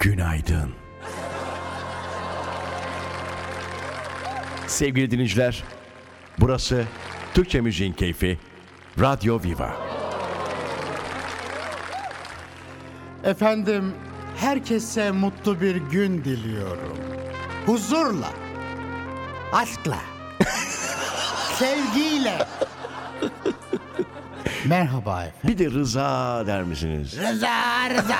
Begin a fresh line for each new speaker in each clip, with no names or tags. Günaydın. Sevgili dinleyiciler, burası Türkçe Müziğin Keyfi, Radyo Viva.
Efendim, herkese mutlu bir gün diliyorum. Huzurla, aşkla, sevgiyle. Merhaba efendim.
Bir de Rıza der misiniz?
Rıza Rıza.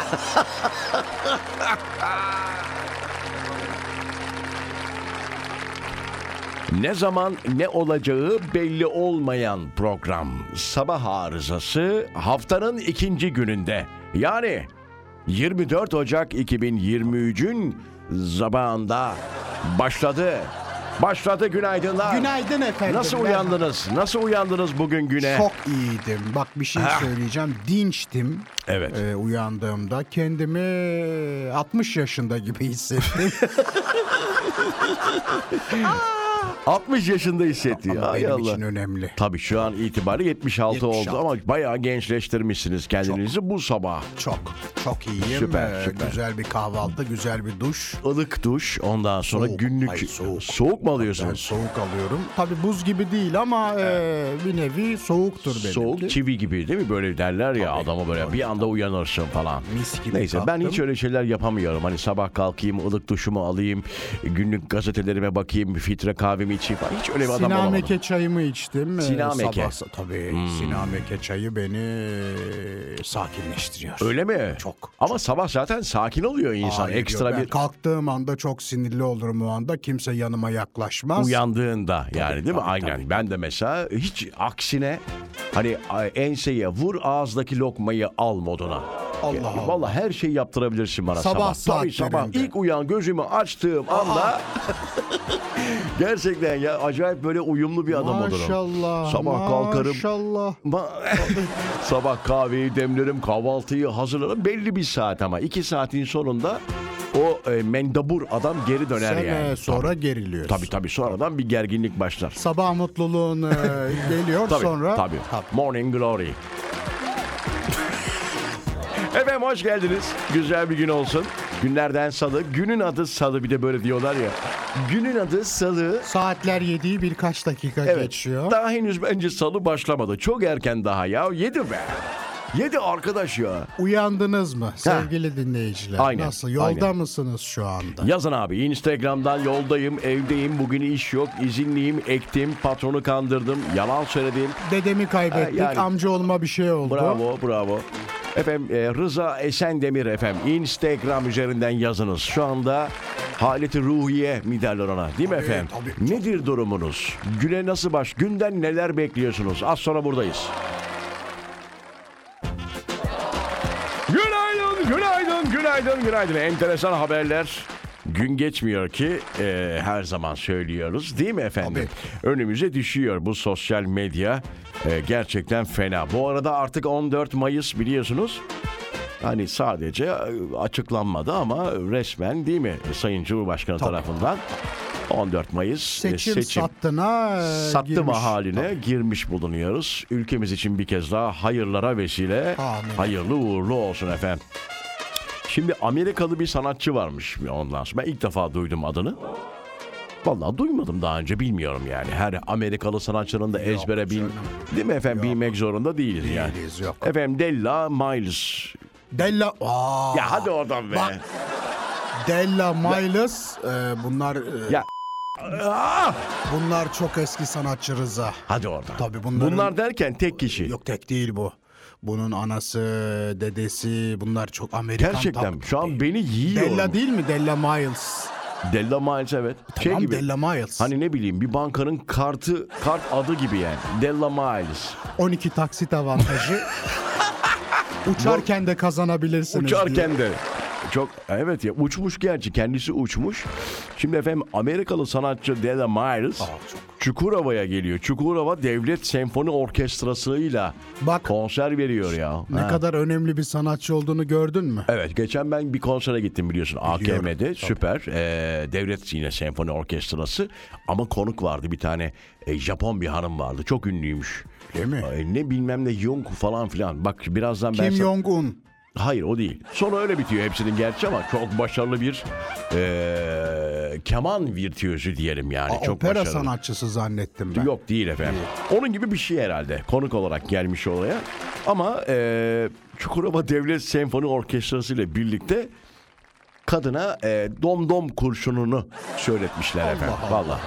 Ne zaman ne olacağı belli olmayan program Sabah Arızası haftanın ikinci gününde. Yani 24 Ocak 2023'ün zabağında başladı. Başladı günaydınlar.
Günaydın efendim.
Nasıl
Merhaba.
uyandınız? Nasıl uyandınız bugün güne?
Çok iyiydim. Bak bir şey
Eh. Ah.
söyleyeceğim. Dinçtim.
Evet.
Ee, uyandığımda kendimi 60 yaşında gibi hissettim.
60 yaşında hissetti.
Ama
Hay
benim
Allah.
için önemli.
Tabii şu an itibari 76,
76.
oldu ama bayağı gençleştirmişsiniz kendinizi bu sabah.
Çok, çok iyiyim.
Süper,
Ee,
süper.
Güzel bir kahvaltı, güzel bir duş.
Ilık duş ondan sonra
Soğuk,
günlük
ay soğuk.
mu
Ben
alıyorsunuz?
soğuk alıyorum. Tabi buz gibi değil ama e, bir nevi soğuktur benim.
Soğuk çivi gibi değil mi böyle derler ya adama böyle bir anda uyanırsın falan.
Mis gibi
Neyse ben
kalktım.
hiç öyle şeyler yapamıyorum. Hani sabah kalkayım ılık duşumu alayım günlük gazetelerime bakayım filtre kahvemi içeyim falan. Hiç öyle bir adam olamadım.
Sinameke çayımı içtim. Ee,
Sinameke. Hmm.
Sabah, tabii sinameke çayı beni e, sakinleştiriyor.
Öyle mi?
Çok.
Ama sabah zaten sakin oluyor insan.
Hayır,
Ekstra
yok, ben
bir
Kalktığım anda çok sinirli olurum o anda. Kimse yanıma yaklaşmaz.
uyandığında yani değil mi?
tabii,
Aynen.
tabii.
Ben de mesela hiç aksine hani a- enseye vur ağızdaki lokmayı al moduna.
Allah Allah.
Valla her şeyi yaptırabilirsin bana sabah.
Sabah
Tabii sabah
saatlerinde.
ilk uyan gözümü açtığım anda gerçekten ya acayip böyle uyumlu bir adam olurum.
Maşallah.
Sabah kalkarım.
Maşallah.
Ma- Sabah kahveyi demlerim, kahvaltıyı hazırlarım. Belli bir saat ama iki saatin sonunda o e, mendabur adam geri döner
Sen
yani.
e, sonra geriliyorsun.
Tabii tabii sonradan bir gerginlik başlar.
Sabah mutluluğun e, geliyor
Tabii,
sonra.
Tabii. Morning Glory. Efendim hoş geldiniz. Güzel bir gün olsun. Günlerden salı. Günün adı salı bir de böyle diyorlar ya. Günün adı salı.
Saatler yediği birkaç dakika
Evet.
geçiyor.
Daha henüz bence salı başlamadı. Çok erken daha ya. Yedi be. Yedi arkadaş ya.
Uyandınız mı sevgili dinleyiciler?
Aynen,
Nasıl yolda
aynen.
mısınız şu anda?
Yazın abi Instagram'dan yoldayım, evdeyim, bugün iş yok, izinliyim, ektim, patronu kandırdım, yalan söyledim.
Dedemi kaybettik,
Ha, yani-
amca olma bir şey oldu.
Bravo, bravo. Efendim e, Rıza Esendemir efendim Instagram üzerinden yazınız. Şu anda haleti ruhiye mi derler ona değil mi
Tabii,
efendim?
tabii.
Nedir durumunuz? Güne nasıl baş? Günden neler bekliyorsunuz? Az sonra buradayız. Günaydın, günaydın, günaydın, günaydın. Enteresan haberler. Gün geçmiyor ki e, her zaman söylüyoruz değil mi efendim? Önümüze düşüyor bu sosyal medya. E, gerçekten fena. Bu arada artık 14 Mayıs biliyorsunuz. Hani sadece e, açıklanmadı ama resmen değil mi Sayın Cumhurbaşkanı tarafından 14 Mayıs e,
Seçim, sattına e,
sattı mı
girmiş.
haline girmiş bulunuyoruz. Ülkemiz için bir kez daha hayırlara vesile,
Amin.
hayırlı uğurlu olsun efendim. Şimdi Amerikalı bir sanatçı varmış ondan sonra. Ben ilk defa duydum adını. Vallahi duymadım daha önce bilmiyorum yani. Her Amerikalı sanatçının da ezbere bil...
canım.
Değil mi efendim bilmek zorunda değiliz, yani.
Değiliz, yok.
Efendim Della Miles.
Della, Aa,
Ya hadi oradan be.
Bak. Della Miles, e, bunlar e,
Ya. Ah!
bunlar çok eski sanatçı Rıza.
Hadi oradan.
Tabii bunların-
Bunlar derken tek kişi.
Yok tek değil bu. Bunun anası, dedesi bunlar çok Amerikan.
Gerçekten
tabii.
şu an beni yiyor.
Della değil mi? Della Miles.
Della Miles evet. şey
Tamam
gibi.
Della Miles.
Hani ne bileyim bir bankanın kartı kart adı gibi yani. Della Miles.
12 taksit avantajı. Uçarken de kazanabilirsiniz. diye.
Uçarken de çok evet ya uçmuş gerçi kendisi uçmuş. Şimdi efendim Amerikalı sanatçı Deda Myers Çukurova'ya geliyor. Çukurova Devlet Senfoni Orkestrası'yla
Bak.
konser veriyor ya.
Ne
Ha.
kadar önemli bir sanatçı olduğunu gördün mü?
Evet geçen ben bir konsere gittim biliyorsun
Biliyorum,
AKM'de süper Ee, devlet yine senfoni orkestrası ama konuk vardı bir tane e, Japon bir hanım vardı çok ünlüymüş.
Değil mi?
Ee, ne bilmem ne Yonku falan filan bak birazdan ben
Kim
sana-
Jong-un.
Hayır o değil. Sonra öyle bitiyor hepsinin gerçi ama çok başarılı bir eee, keman virtüözü diyelim yani.
Aa,
çok
opera
başarılı.
sanatçısı zannettim ben.
Yok değil efendim. Onun gibi bir şey herhalde. Konuk olarak gelmiş oraya. Ama eee Çukurova Devlet Senfoni Orkestrası ile birlikte kadına eee, dom dom kurşununu söyletmişler efendim. Vallahi.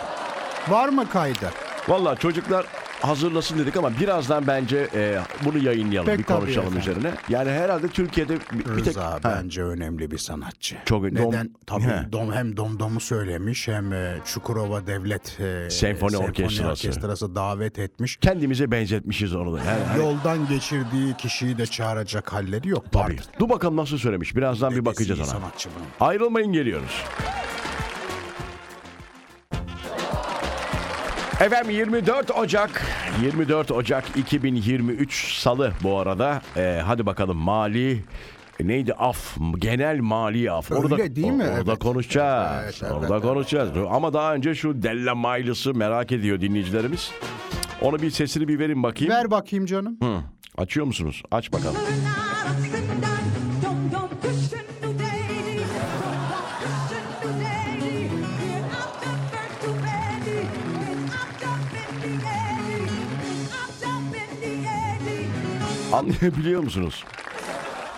Var mı kaydı?
Vallahi çocuklar hazırlasın dedik ama birazdan bence eee, bunu yayınlayalım,
Pek
bir
tabii
konuşalım
efendim.
üzerine. Yani herhalde Türkiye'de bir, bir tek
Rıza
Ha.
bence önemli bir sanatçı.
Çok- dom-
Neden? Tabii
He.
dom, hem domdomu söylemiş hem e, Çukurova Devlet e,
Senfoni Orkestrası.
Orkestrası davet etmiş.
kendimize benzetmişiz onu da. Yani-
Yoldan geçirdiği kişiyi de çağıracak halleri yok.
Tabii. Dur bakalım nasıl söylemiş. Birazdan bir bakacağız ona.
Sanatçı bunun.
Ayrılmayın geliyoruz. Efendim 24 Ocak 24 Ocak 2023 Salı bu arada. Ee, hadi bakalım mali neydi af genel mali af.
Öyle
Orada,
değil mi?
Orada
Evet.
konuşacağız.
Evet, evet,
orada
evet.
konuşacağız. Ama daha önce şu Della Maylıs'ı merak ediyor dinleyicilerimiz. Onu bir sesini bir verin bakayım.
Ver bakayım canım.
Hı, Açıyor musunuz? Aç bakalım.
Dum dum Christian new lady, dum dum Christian new lady. We're out of birth too many, we're out of in the alley, we're out of in the alley.
Anlayabiliyor musunuz?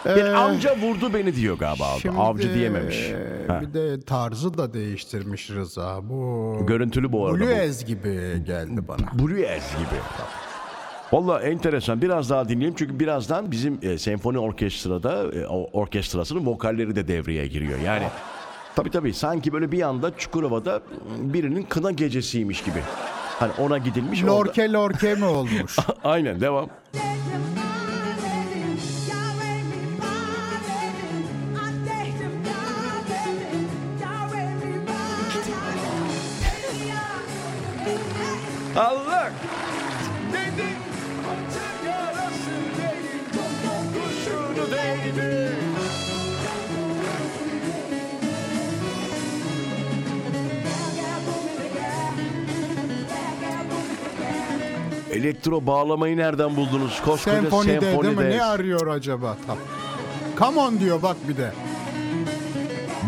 Bir amca vurdu beni diyor galiba abi.
Şimdi,
Avcı diyememiş.
e,
Ha.
Bir de tarzı da değiştirmiş Rıza. Bu
Görüntülü bu arada. bu.
Blues gibi geldi bana.
Bruyers gibi. Valla enteresan. Biraz daha dinleyelim. Çünkü birazdan bizim e, senfoni orkestrada e, o- orkestrasının vokalleri de devreye giriyor. Yani tabii tabii sanki böyle bir anda Çukurova'da birinin kına gecesiymiş gibi. Hani ona gidilmiş. orada-
Lorke lorke mi olmuş?
Aynen devam.
Let you my lady, Yahweh be my lady. I take him my lady, Yahweh be my lady. Lady, I-
Allah! Elektro bağlamayı nereden buldunuz? Koskoca
Senfonide değil mi?
senfonide.
Ne arıyor acaba? Tam. Come on diyor bak bir de.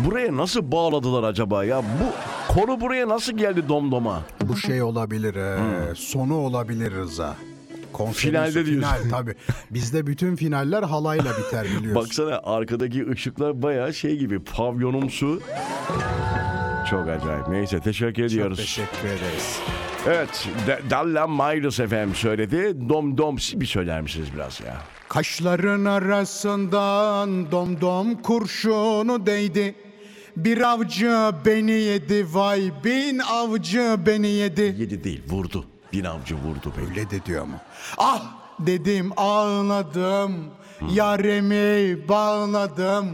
Buraya nasıl bağladılar acaba ya? Bu konu buraya nasıl geldi domdoma?
Bu şey olabilir. e, Sonu olabilir Rıza. Konserin
Hmm. Finalde
son-
diyorsun.
Final tabii. Bizde bütün finaller halayla biter biliyorsun.
Baksana arkadaki ışıklar bayağı şey gibi pavyonumsu. Çok acayip. Neyse teşekkür ediyoruz.
Teşekkür ederiz.
evet. D- Dalla Myers efendim söyledi. Dom dom siz bir söyler misiniz biraz ya?
Kaşların arasından domdom kurşunu değdi. Bir avcı beni yedi vay bin avcı beni yedi.
Yedi değil vurdu. Bin avcı vurdu beni.
Öyle de diyor mu? Ah dedim ağladım. Yaremi bağladım.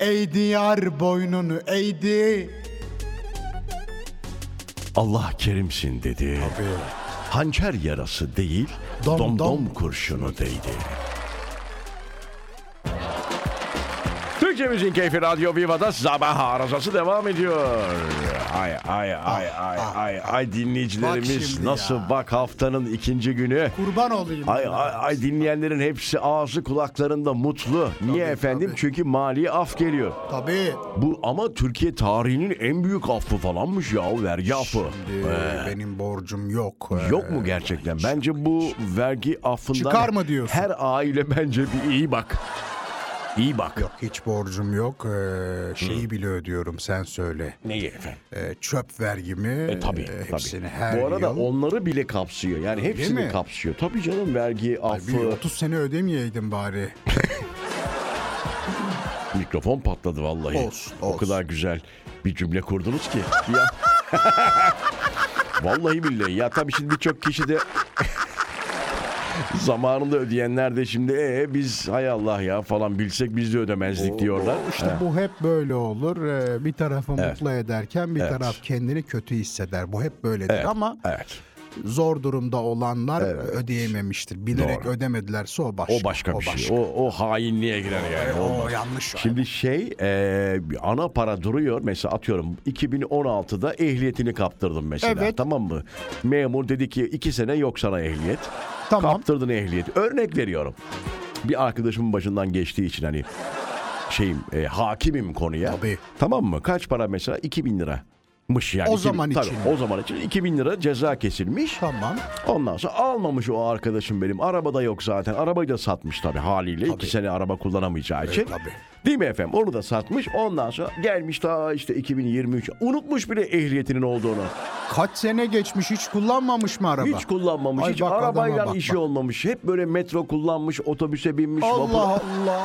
Ey diyar boynunu eğdi.
Allah kerimsin dedi. Hançer yarası değil,
Dom
dom dom,
dom
kurşunu değdi. Türkçe Müziğin Keyfi Radyo Viva'da sabah arızası devam ediyor. Ay ay ay ay ay ay dinleyicilerimiz
Ah, şimdi
nasıl
ya.
bak haftanın ikinci günü.
Kurban olayım.
Ay, ay, ay dinleyenlerin hepsi ağzı kulaklarında mutlu. Niye
Tabii,
efendim?
tabii.
Çünkü mali af geliyor.
Tabii.
Bu ama Türkiye tarihinin en büyük affı falanmış ya vergi affı.
Şimdi benim borcum yok.
Yok mu gerçekten? Bence bu vergi affından
Çıkar mı diyorsun?
her aile bence bir iyi bak. İyi bak.
Ee, Yok hiç borcum yok. Ee, şeyi bile ödüyorum sen söyle.
Neyi efendim?
Ee, çöp vergimi.
E, tabii,
e, hepsini
tabii.
her
Bu arada
yıl.
onları bile kapsıyor. Yani hepsini
mi?
kapsıyor. Tabii canım vergi affı.
Bir 30 sene ödemeyeydim bari.
Mikrofon patladı vallahi.
Olsun,
O
olsun.
kadar güzel bir cümle kurdunuz ki. Ya. vallahi billahi. Ya tabii şimdi birçok kişi de Zamanında ödeyenler de şimdi ee biz hay Allah ya falan bilsek biz de ödemezdik diyorlar.
İşte bu hep böyle olur. Ee, Bir tarafı
Evet.
mutlu ederken bir
Evet.
taraf kendini kötü hisseder. Bu hep böyledir
Evet,
ama
evet.
zor durumda olanlar
Evet.
ödeyememiştir. Bilerek
Doğru.
ödemedilerse o başka.
O başka bir şey. O, o hainliğe girer yani.
O
Olmaz.
yanlış.
Şimdi şey e, ana para duruyor mesela atıyorum 2016'da ehliyetini kaptırdım mesela
Evet.
tamam mı? Memur dedi ki iki sene yok sana ehliyet.
Tamam.
Kaptırdın ehliyeti. Örnek veriyorum. Bir arkadaşımın başından geçtiği için hani şeyim e, hakimim konuya.
Tabii.
Tamam mı? Kaç para mesela? 2000 liramış yani.
O
2000
zaman
tabii,
için.
O zaman için 2000 lira ceza kesilmiş.
Tamam.
Ondan sonra almamış o arkadaşım benim. Arabada yok zaten. Arabayı da satmış tabii haliyle. İki sene araba kullanamayacağı için.
tabii.
Değil mi efendim? Onu da satmış. Ondan sonra gelmiş daha işte 2023. Unutmuş bile ehliyetinin olduğunu.
Kaç sene geçmiş hiç kullanmamış mı araba?
Hiç kullanmamış.
Ay
hiç
bak, adama
arabayla
bak,
işi
bak.
olmamış. Hep böyle metro kullanmış. Otobüse binmiş. vapura-
Allah Allah.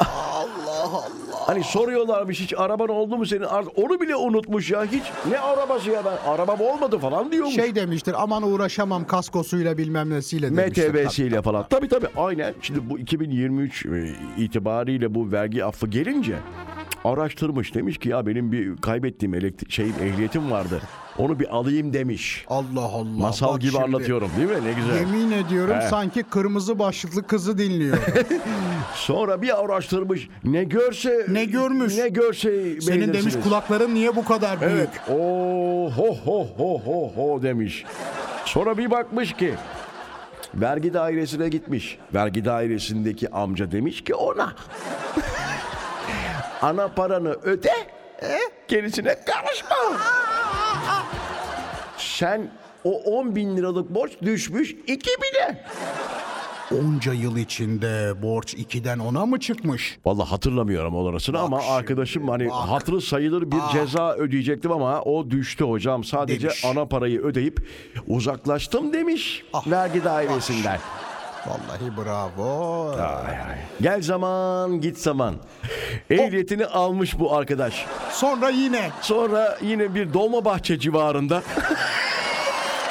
Allah Allah.
Hani soruyorlarmış hiç araban oldu mu senin? Artık Onu bile unutmuş ya. Hiç ne arabası ya ben arabam olmadı falan diyormuş.
Şey demiştir aman uğraşamam kaskosuyla bilmem nesiyle demiştir.
MTV'siyle falan. Tabii tabii aynen. Şimdi bu 2023 e, itibariyle bu vergi affı gelince araştırmış. Demiş ki ya benim bir kaybettiğim elektrik şey ehliyetim vardı. Onu bir alayım demiş.
Allah Allah.
Masal
bak
gibi
şimdi.
anlatıyorum değil mi? Ne güzel.
Yemin ediyorum
He. Şey
sanki kırmızı başlıklı kızı dinliyor.
Sonra bir araştırmış. Ne görse
Ne görmüş?
Ne görse
Senin demiş
beğenirsiniz.
kulakların niye bu kadar büyük?
Evet. Oo ho ho ho ho ho demiş. Sonra bir bakmış ki vergi dairesine gitmiş. Vergi dairesindeki amca demiş ki ona ana paranı öde e, gerisine karışma. Sen o 10 bin liralık borç düşmüş iki bine.
Onca yıl içinde borç 2'den 10'a mı çıkmış?
Vallahi hatırlamıyorum o orasını ama
şimdi,
arkadaşım hani
bak.
hatırı sayılır bir ceza ödeyecektim ama o düştü hocam. Sadece
Demiş.
ana parayı ödeyip uzaklaştım demiş
Ah,
vergi dairesinden.
Vallahi bravo.
Ay,
Ah.
ay. Gel zaman git zaman. Ehliyetini almış bu arkadaş.
Sonra yine
Sonra yine bir Dolmabahçe civarında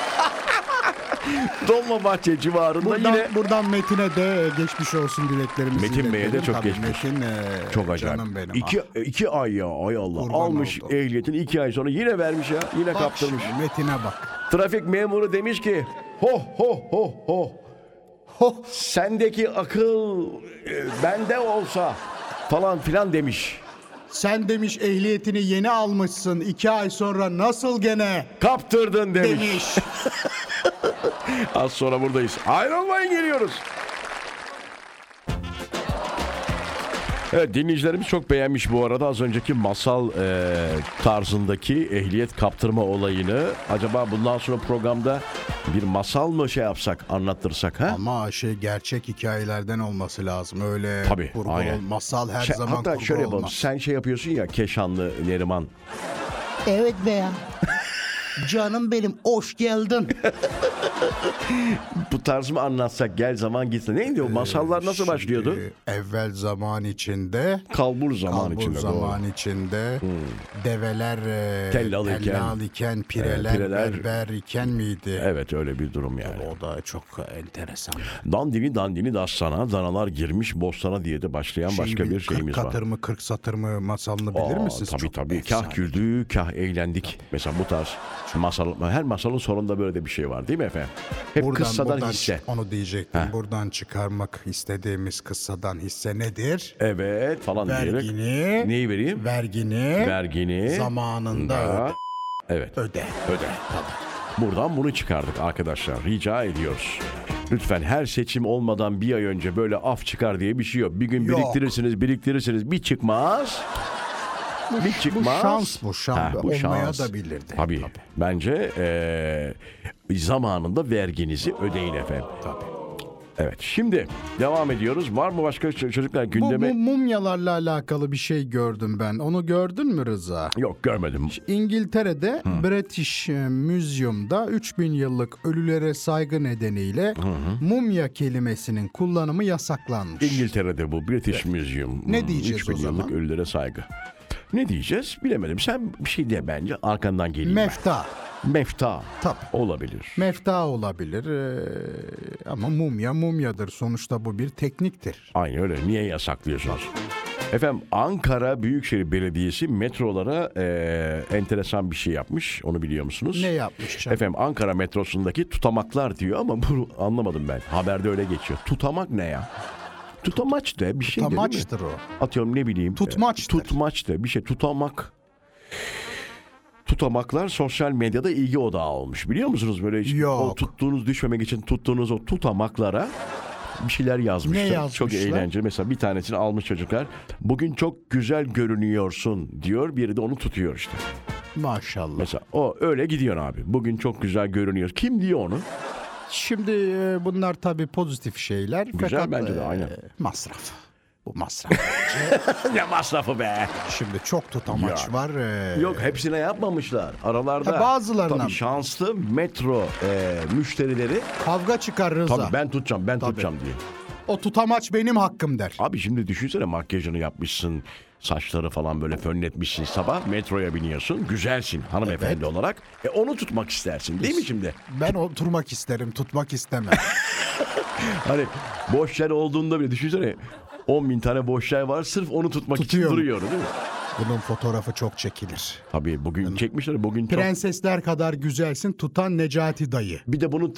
Dolmabahçe civarında
buradan,
yine
buradan Metin'e de geçmiş olsun dileklerimizi
Metin
iletelim.
Bey'e de çok
Tabii
geçmiş.
Metin e,
Çok acayip.
canım benim.
iki,
Ah,
iki ay ya ay Allah.
Kurban
Almış
oldu.
ehliyetini iki ay sonra yine vermiş ya. Yine
bak
kaptırmış.
şimdi Metin'e bak.
Trafik memuru demiş ki ho ho ho ho.
Ho.
Sendeki akıl e, bende olsa falan filan demiş.
Sen demiş ehliyetini yeni almışsın. 2 ay sonra nasıl gene
Kaptırdın demiş.
demiş.
Az sonra buradayız. Ayrılmayın geliyoruz. Evet dinleyicilerimiz çok beğenmiş bu arada az önceki masal e, tarzındaki ehliyet kaptırma olayını. Acaba bundan sonra programda bir masal mı şey yapsak anlattırsak ha?
Ama şey gerçek hikayelerden olması lazım. Öyle
Tabii,
kurgu
aynen.
ol- masal her
Şey-
zaman
hatta
kurgu
şöyle yapalım
olmaz.
sen şey yapıyorsun ya Keşanlı Neriman.
Evet beyan. Canım benim hoş geldin.
Bu tarz mı anlatsak gel zaman gitsin. Neydi o masallar nasıl başlıyordu?
Ee, Şimdi evvel zaman içinde
Kalbur zaman
kalbur
içinde. doğru. Hmm.
zaman içinde develer e,
Tellal iken,
tellal iken, pireler,
e, pireler-
berber iken miydi?
Evet öyle bir durum yani.
O da çok enteresan.
Dandini dandini dastana, danalar girmiş bostana diye de başlayan başka bir şeyimiz
40
var.
katır mı 40 satır mı masalını bilir
Aa,
misiniz?
Tabii
Çok
tabii.
efsane.
Kah güldük, kah eğlendik. Mesela bu tarz masal, her masalın sonunda böyle de bir şey var değil mi efendim? Hep kıssadan hisse.
Onu diyecektim. Buradan çıkarmak istediğimiz kıssadan hisse nedir?
Evet falan diyerek.
Vergini,
Neyi vereyim?
vergini,
Vergini.
zamanında
Ha, Evet.
öde.
Öde. Buradan bunu çıkardık arkadaşlar. Rica ediyoruz. Lütfen her seçim olmadan bir ay önce böyle af çıkar diye bir şey yok. Bir gün
Yok.
biriktirirsiniz, biriktirirsiniz. Bir çıkmaz. bir
Bu
çıkmaz.
şans bu şans.
Ha, bu
Olmaya
şans.
da bilirdi.
Tabii. Bence eee, zamanında verginizi ödeyin efendim.
Tabii.
Evet. Şimdi devam ediyoruz. Var mı başka ç- çocuklar
Bu,
gündeme?
bu mumyalarla alakalı bir şey gördüm ben. Onu gördün mü Rıza?
Yok görmedim.
İngiltere'de British e, Museum'da 3000 yıllık ölülere saygı nedeniyle mumya kelimesinin kullanımı yasaklanmış.
İngiltere'de bu British Museum.
Ne
Hmm,
diyeceğiz
3000
o zaman?
yıllık ölülere saygı. Ne diyeceğiz? Bilemedim. Sen bir şey diye bence arkandan geleyim ben.
Mefta.
mefta
Tabii.
olabilir.
Mefta olabilir ee, ama mumya mumyadır. Sonuçta bu bir tekniktir.
Aynı öyle. Niye yasaklıyorsunuz? Efendim Ankara Büyükşehir Belediyesi metrolara eee, enteresan bir şey yapmış. Onu biliyor musunuz?
Ne yapmış canım?
Efendim Ankara metrosundaki tutamaklar diyor ama bunu anlamadım ben. Haberde öyle geçiyor. Tutamak ne ya? Tutamaç de bir şey de değil mi?
Tutamaçtır o.
Atıyorum ne bileyim.
Tutmaçtır.
E, tutmaç de bir şey tutamak. Tutamaklar sosyal medyada ilgi odağı olmuş. Biliyor musunuz böyle hiç
Yok.
o tuttuğunuz düşmemek için tuttuğunuz o tutamaklara bir şeyler yazmışlar.
Ne yazmışlar?
Çok eğlenceli. Mesela bir tanesini almış çocuklar. Bugün çok güzel görünüyorsun diyor. Biri de onu tutuyor işte.
Maşallah.
Mesela o öyle gidiyor abi. Bugün çok güzel görünüyor. Kim diyor onu?
Şimdi e, bunlar tabii pozitif şeyler.
Güzel
fakat,
bence de,
e,
aynen.
Masraf. Bu masraf.
ne masrafı be.
Şimdi çok tutamaç
Ya.
var. e,
Yok hepsine yapmamışlar. Aralarda
Ha, bazılarına
tabii
mı?
şanslı metro e, müşterileri
Kavga çıkar Rıza.
Tabii ben tutacağım, ben tutacağım diye.
O tutamaç benim hakkım der.
Abi şimdi düşünsene makyajını yapmışsın, saçları falan böyle fönletmişsin sabah. Metroya biniyorsun, güzelsin hanımefendi olarak. E onu tutmak istersin değil mi şimdi?
Ben oturmak isterim, tutmak istemem.
Hani boş yer olduğunda bile düşünsene 10 bin tane boş yer var sırf onu tutmak
Tutuyorum.
için duruyor değil mi?
Bunun fotoğrafı çok çekilir.
Tabii bugün çekmişler, bugün çok...
Prensesler kadar güzelsin tutan Necati dayı.
Bir de bunu...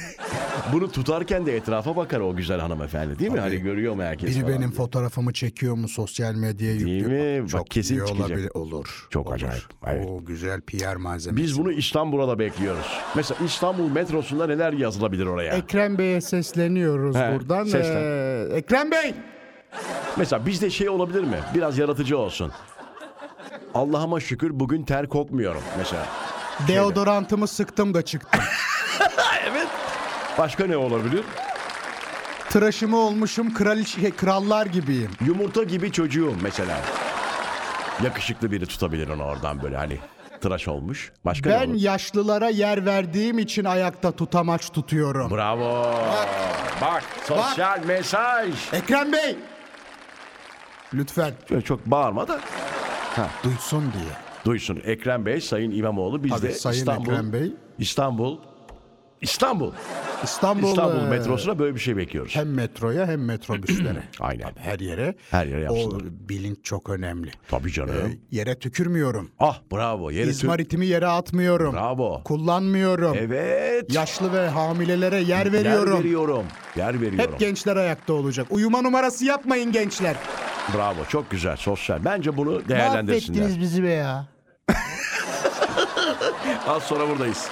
bunu tutarken de etrafa bakar o güzel hanımefendi değil mi? Hani görüyor mu herkes
Biri
falan
benim
diye.
fotoğrafımı çekiyor mu sosyal medyaya yüklüyor
mi?
mu?
Bak kesin
iyi
çıkacak.
Olur.
Çok
olur.
acayip, evet.
O güzel PR malzemesi.
Biz bunu İstanbul'a da bekliyoruz. Mesela İstanbul metrosunda neler yazılabilir oraya?
Ekrem Bey'e sesleniyoruz
He,
buradan.
seslen.
Ee, Ekrem Bey!
Mesela bizde şey olabilir mi? Biraz yaratıcı olsun. Allah'ıma şükür bugün ter kokmuyorum mesela.
Deodorantımı sıktım da çıktım.
Başka ne olabilir?
Tıraşımı olmuşum kraliçe, krallar gibiyim.
Yumurta gibi çocuğum mesela. Yakışıklı biri tutabilir onu oradan böyle hani tıraş olmuş. Başka ne
Ben
olur?
yaşlılara yer verdiğim için ayakta tutamaç tutuyorum.
Bravo. Bak sosyal mesaj.
Ekrem Bey! Lütfen
Şöyle çok bağırma da
duysun diye.
duysun. Ekrem Bey, Sayın İmamoğlu biz
Tabii
de
Sayın
İstanbul,
Ekrem Bey.
İstanbul, İstanbul,
İstanbul,
İstanbul
e,
metrosuna böyle bir şey bekliyoruz.
hem metroya hem metrobüslere.
Aynen.
Her yere.
Her yere
O
yapsınlar.
bilinç çok önemli.
Tabii canım.
Yere tükürmüyorum.
Ah bravo. Yeri tür-
İzmaritimi yere atmıyorum.
Bravo.
Kullanmıyorum.
Evet.
Yaşlı ve hamilelere yer veriyorum.
Yer veriyorum. Yer veriyorum.
Hep gençler ayakta olacak. Uyuma numarası yapmayın gençler.
Bravo. Çok güzel. Sosyal. Bence bunu değerlendirsinler.
Mahvettiniz bizi be ya.
Az sonra buradayız.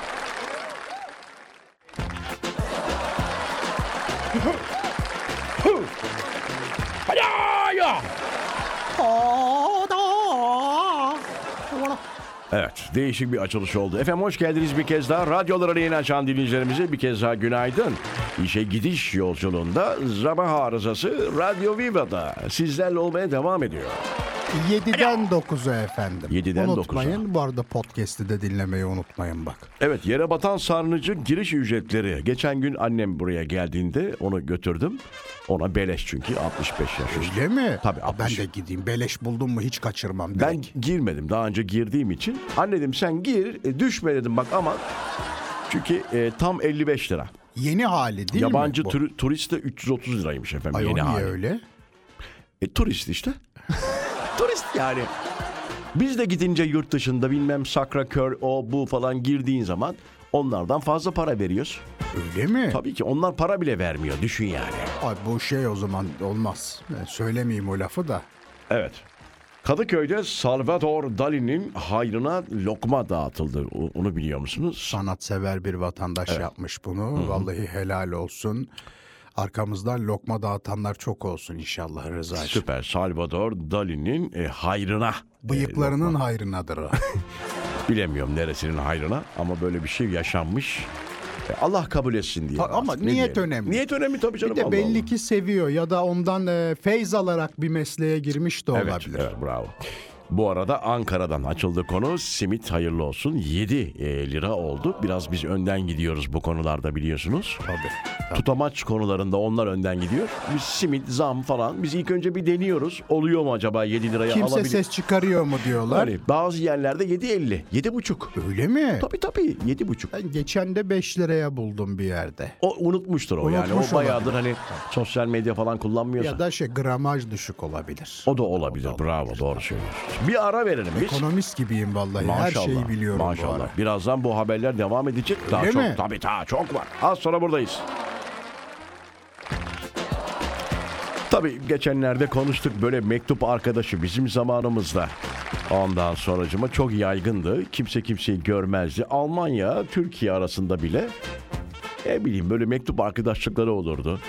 Evet, değişik bir açılış oldu. Efendim hoş geldiniz bir kez daha. Radyoları yeni açan dinleyicilerimize bir kez daha günaydın. İşe gidiş yolculuğunda sabah arızası Radyo Viva'da sizlerle olmaya devam ediyor.
7'den 9'a efendim.
7'den
unutmayın. Bu arada podcast'i de dinlemeyi unutmayın bak.
Evet yere batan sarnıcı giriş ücretleri. Geçen gün annem buraya geldiğinde onu götürdüm. Ona beleş çünkü 65 yaş üstü.
Öyle mi?
Tabii,
Ben
60.
de gideyim. Beleş buldum mu hiç kaçırmam.
Ben girmedim daha önce girdiğim için. Anne dedim sen gir e, düşme dedim bak ama. Çünkü e, tam 55 lira.
Yeni hali değil mi?
Yabancı
bu?
turi- turist de 330 liraymış efendim
Ay o
yeni
niye
hali.
öyle?
E, turist işte. turist yani. Biz de gidince yurt dışında bilmem sakra kör o bu falan girdiğin zaman onlardan fazla para veriyoruz.
Öyle mi?
Tabii ki onlar para bile vermiyor düşün yani.
Ay bu şey o zaman olmaz. Ben söylemeyeyim o lafı da.
Evet. Kadıköy'de Salvador Dali'nin hayrına lokma dağıtıldı. O- Onu biliyor musunuz?
Sanatsever bir vatandaş yapmış bunu. Vallahi helal olsun. Arkamızdan lokma dağıtanlar çok olsun inşallah Rıza'cığım.
Süper. Salvador Dali'nin e, hayrına. E,
Bıyıklarının hayrınadır. o.
Bilemiyorum neresinin hayrına ama böyle bir şey yaşanmış. E, Allah kabul etsin diye.
Ta- ama
artık, ne
niyet önemli.
Niyet önemli tabii canım.
bir de
Allah Allah.
belli ki seviyor ya da ondan e, feyz alarak bir mesleğe girmiş de
Evet,
olabilir.
evet, bravo. Bu arada Ankara'dan açıldı konu. Simit hayırlı olsun 7 e, lira oldu. Biraz biz önden gidiyoruz bu konularda biliyorsunuz. Tabii. Tutamaç konularında onlar önden gidiyor. Biz simit, zam falan biz ilk önce bir deniyoruz. Oluyor mu acaba 7 liraya
Kimse
alabilir?
ses çıkarıyor mu diyorlar.
Hani bazı yerlerde 7.50, 7.5.
Öyle mi?
Tabii tabii 7.5.
Ben geçen de 5 liraya buldum bir yerde.
O unutmuştur o yani.
Unutmuş
O bayağıdır hani sosyal medya falan kullanmıyorsa.
Ya da şey gramaj düşük olabilir.
O da olabilir. Bravo doğru söylüyorsun. Bir ara verelim
E,
biz.
Ekonomist gibiyim vallahi. Her şeyi biliyorum bu
Maşallah.
ara.
Birazdan bu haberler devam edecek. Daha
Öyle
çok.
mi?
Tabii daha çok var. Az sonra buradayız. Tabii geçenlerde konuştuk böyle mektup arkadaşı bizim zamanımızda. Ondan sonracıma çok yaygındı. Kimse kimseyi görmezdi. Almanya, Türkiye arasında bile ne bileyim böyle mektup arkadaşlıkları olurdu.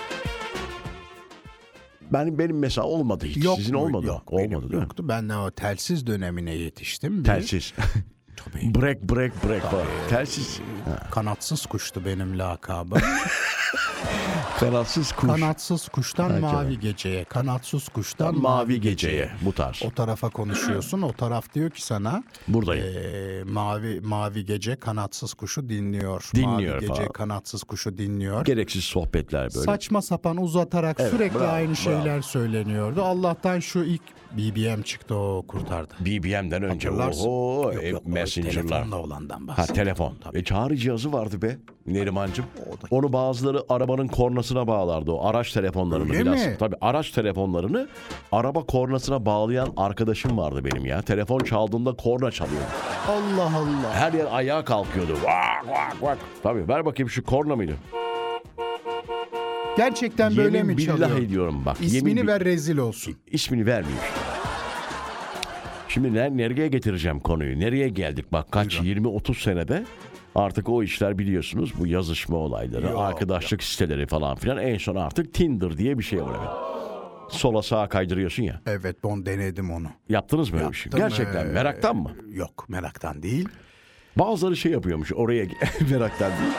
Ben benim mesela olmadı hiç. Sizin
mu?
olmadı.
Yok,
olmadı
benim
değil mi?
yoktu. Ben de o telsiz dönemine yetiştim. Bir
Telsiz.
Tabii.
Break break break falan. Telsiz.
Kanatsız kuştu benim lakabım.
Kanatsız kuş.
kanatsız kuştan mavi geceye, kanatsız kuştan
Mavi geceye bu tarz.
O tarafa konuşuyorsun. O taraf diyor ki sana
Buradayım.
eee, mavi mavi gece kanatsız kuşu dinliyor.
Dinliyor
mavi gece
falan.
kanatsız kuşu dinliyor.
Gereksiz sohbetler böyle.
Saçma sapan uzatarak sürekli
bravo, bravo.
aynı şeyler söyleniyordu. Allah'tan şu ilk BBM çıktı o kurtardı.
BBM'den önce.
Hatırlarsın.
Oho,
Yok,
e,
yok, o
messenger'lar.
Telefonla olandan
Ha
bahsediyorum.
telefon. E, çağrı cihazı vardı be Nerimancığım. Onu bazıları arabanın kornasına bağlardı. O araç telefonlarını
Öyle
biraz.
mi?
Tabii araç telefonlarını araba kornasına bağlayan arkadaşım vardı benim ya. Telefon çaldığında korna çalıyordu.
Allah Allah.
Her yer ayağa kalkıyordu. Vak vak vak. Tabii ver bakayım şu korna mıydı?
Gerçekten böyle
Yemin
mi
billah
çalıyor?
ediyorum bak. yemin
İsmini
bi-
ver rezil olsun.
İsmini vermeyeyim. Şimdi ner- nereye getireceğim konuyu? Nereye geldik? Bak kaç 20-30 senede artık o işler biliyorsunuz bu yazışma olayları, arkadaşlık siteleri falan filan en son artık Tinder diye bir şey var. efendim. Sola sağa kaydırıyorsun ya.
Evet bon denedim onu.
Yaptınız mı öyle bir şey?
Yaptım,
Gerçekten
ee,
meraktan mı?
Yok meraktan değil.
Bazıları şey yapıyormuş oraya meraktan değil.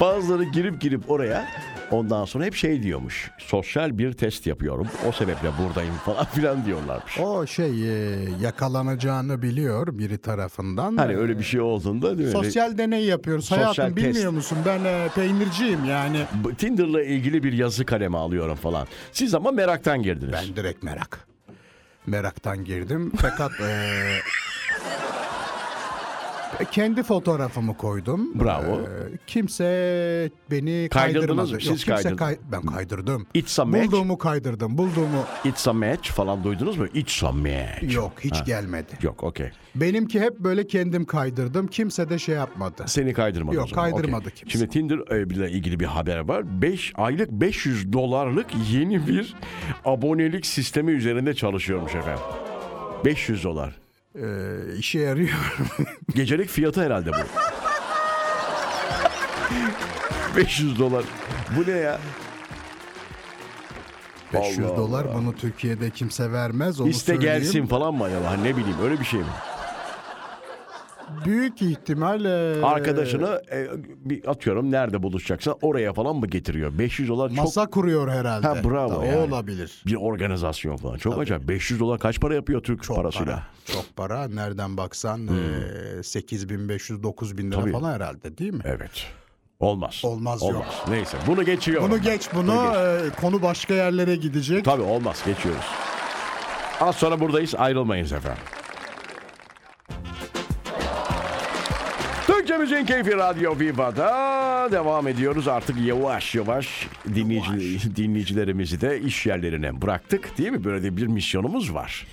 Bazıları girip girip oraya ondan sonra hep şey diyormuş. Sosyal bir test yapıyorum. O sebeple buradayım falan filan diyorlarmış.
O şey e, yakalanacağını biliyor biri tarafından.
Hani öyle bir şey olduğunda değil mi?
Sosyal deney yapıyoruz.
Sosyal
Hayatım bilmiyor
test.
musun? Ben e, peynirciyim yani.
B- Tinder'la ilgili bir yazı kaleme alıyorum falan. Siz ama meraktan girdiniz.
Ben direkt merak. Meraktan girdim fakat e, eee, kendi fotoğrafımı koydum.
Bravo.
Eee, Ee, kimse beni
Kaydırdınız
kaydırmadı.
mı?
Yok,
Siz
kimse
kaydırdınız.
kay- ben kaydırdım.
It's a match.
Bulduğumu kaydırdım. Bulduğumu
It's a match falan duydunuz mu? It's a match.
yok hiç gelmedi.
Yok okey.
Benimki hep böyle kendim kaydırdım. Kimse de şey yapmadı.
Seni kaydırmadı
Yok,
o zaman. Okey.
kaydırmadı kimse.
Şimdi Tinder e, ile ilgili bir haber var. 5 aylık 500 dolarlık yeni bir abonelik sistemi üzerinde çalışıyormuş efendim. 500 dolar.
Eee, Ee, işe yarıyor.
Gecelik fiyatı herhalde bu. 500 dolar. Bu ne ya?
500
Allah
dolar bunu Türkiye'de kimse vermez. Onu
İste
söyleyeyim.
gelsin falan mı acaba? Ne bileyim öyle bir şey mi?
Büyük ihtimal eee,
Arkadaşını e, bir atıyorum nerede buluşacaksan oraya falan mı getiriyor? 500 dolar çok
e, masa kuruyor herhalde.
Ha, bravo
O
yani.
olabilir.
bir organizasyon falan. Çok acayip. 500 dolar kaç para yapıyor Türk parasıyla? Hmm.
para. Çok para. Nereden baksan e, eee, 8500-9000 lira
Tabii.
falan herhalde değil mi?
Evet. Olmaz.
Olmaz, yok.
Neyse bunu geçiyorum.
Bunu geç bunu. eee, konu başka yerlere gidecek.
Tabii olmaz geçiyoruz. Az sonra buradayız ayrılmayınız efendim. Türkçemizin keyfi Radyo Viva'da devam ediyoruz. Artık yavaş yavaş dinleyici, dinleyicilerimizi de iş yerlerine bıraktık değil mi? Böyle de bir misyonumuz var.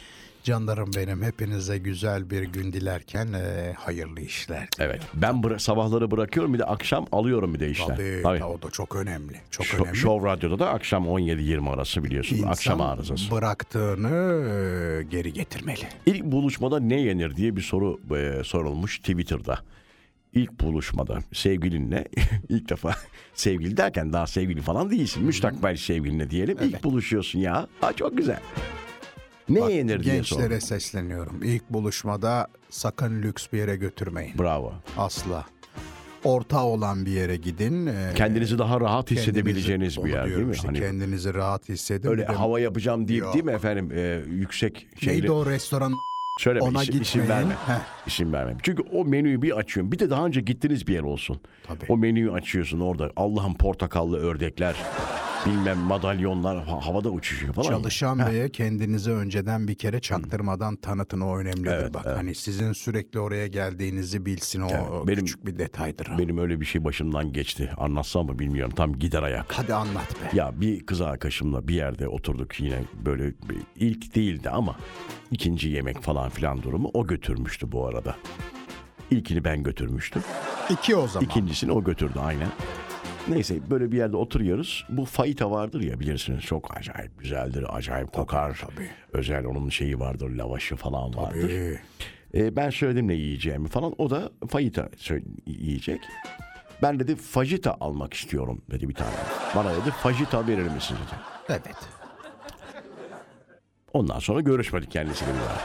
Canlarım benim hepinize güzel bir gün dilerken eee, hayırlı işler.
Evet. Ben bıra- sabahları bırakıyorum bir de akşam alıyorum bir de işler.
Tabii, O da çok önemli. Çok
Şo-
önemli.
Show Radyo'da da akşam 17-20 arası biliyorsun.
İnsan
Akşam arızası.
bıraktığını eee, geri getirmeli.
İlk buluşmada ne yenir diye bir soru e, sorulmuş Twitter'da. İlk buluşmada sevgilinle ilk defa sevgili derken daha sevgili falan değilsin. Müstakbel sevgilinle diyelim. İlk buluşuyorsun ya. Ha çok güzel. Ne
Bak,
yenir diye sor.
gençlere sesleniyorum. İlk buluşmada sakın lüks bir yere götürmeyin.
Bravo.
Asla. ortağı olan bir yere gidin. Ee,
Kendinizi daha rahat
kendinizi-
hissedebileceğiniz
onu
bir yer değil
diyorum
mi?
işte,
Hani
kendinizi rahat hissedin.
öyle
Bir de
hava yapacağım deyip
Yok. Şey
değil mi efendim e, yüksek şeyle
Neydi o restoran?
söyleme
ona
isim, isim
gitmeyin.
verme.
Heh.
İsim vermem. Çünkü o menüyü bir açıyorum. Bir de daha önce gittiğiniz bir yer olsun.
Tabii.
O menüyü açıyorsun orada. Allah'ın portakallı ördekler, bilmem madalyonlar ha- havada uçuşuyor falan.
Çalışan beye kendinizi önceden bir kere çaktırmadan tanıtın o önemlidir. Bak hani sizin sürekli oraya geldiğinizi bilsin o
benim-
küçük bir detaydır. o.
Benim öyle bir şey başımdan geçti. Anlatsam mı bilmiyorum. Tam gider ayak.
Hadi anlat be.
Ya bir kız arkadaşımla bir yerde oturduk yine böyle bir- ilk değildi ama ikinci yemek falan filan durumu o götürmüştü bu arada. İlkini ben götürmüştüm.
İki o zaman.
İkincisini o götürdü aynen. Neyse böyle bir yerde oturuyoruz. Bu fayita vardır ya bilirsiniz çok acayip güzeldir, acayip kokar. Özel onun şeyi vardır, lavaşı falan vardır.
Ee,
E, ben söyledim ne yiyeceğimi falan. O da fajita sö- yiyecek. Ben dedi fajita almak istiyorum dedi bir tane. Bana dedi fajita verir misin dedi.
evet.
Ondan sonra görüşmedik kendisiyle bir daha.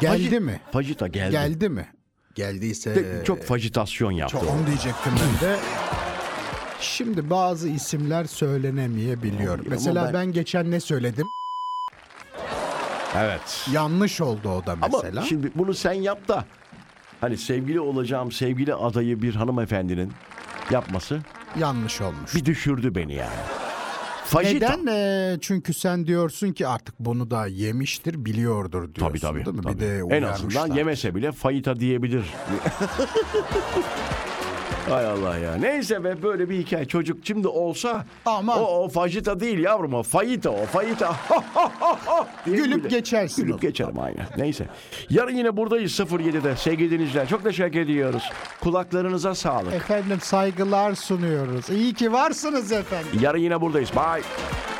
Geldi
Faji-
mi?
Fajita geldi.
Geldi mi? Geldiyse
De- çok fajitasyon yaptı.
Çok-
o.
onu diyecektim ben de. Şimdi bazı isimler söylenemeyebiliyor.
Ama
Mesela
ben-
ben... geçen ne söyledim?
Evet.
Yanlış oldu o da
Ama
mesela.
şimdi bunu sen yap da hani sevgili olacağım sevgili adayı bir hanımefendinin yapması
Yanlış olmuş.
bir düşürdü beni yani. Fajita.
Neden? Ee, çünkü sen diyorsun ki artık bunu da yemiştir, biliyordur diyorsun
Tabii tabii.
değil mi?
tabii.
Bir de
en azından
uyarmışlar.
yemese bile fayita diyebilir. Hay Allah ya. Neyse be böyle bir hikaye. Çocuk şimdi olsa
Aman.
o, o fajita değil yavrum o fayita o fayita. diye
Gülüp
güle-
geçersin
Gülüp
oğlum.
geçerim aynen. Neyse. Yarın yine buradayız 07'de sevgili dinleyiciler. Çok teşekkür ediyoruz. Kulaklarınıza sağlık.
Efendim saygılar sunuyoruz. İyi ki varsınız efendim.
Yarın yine buradayız. Bye.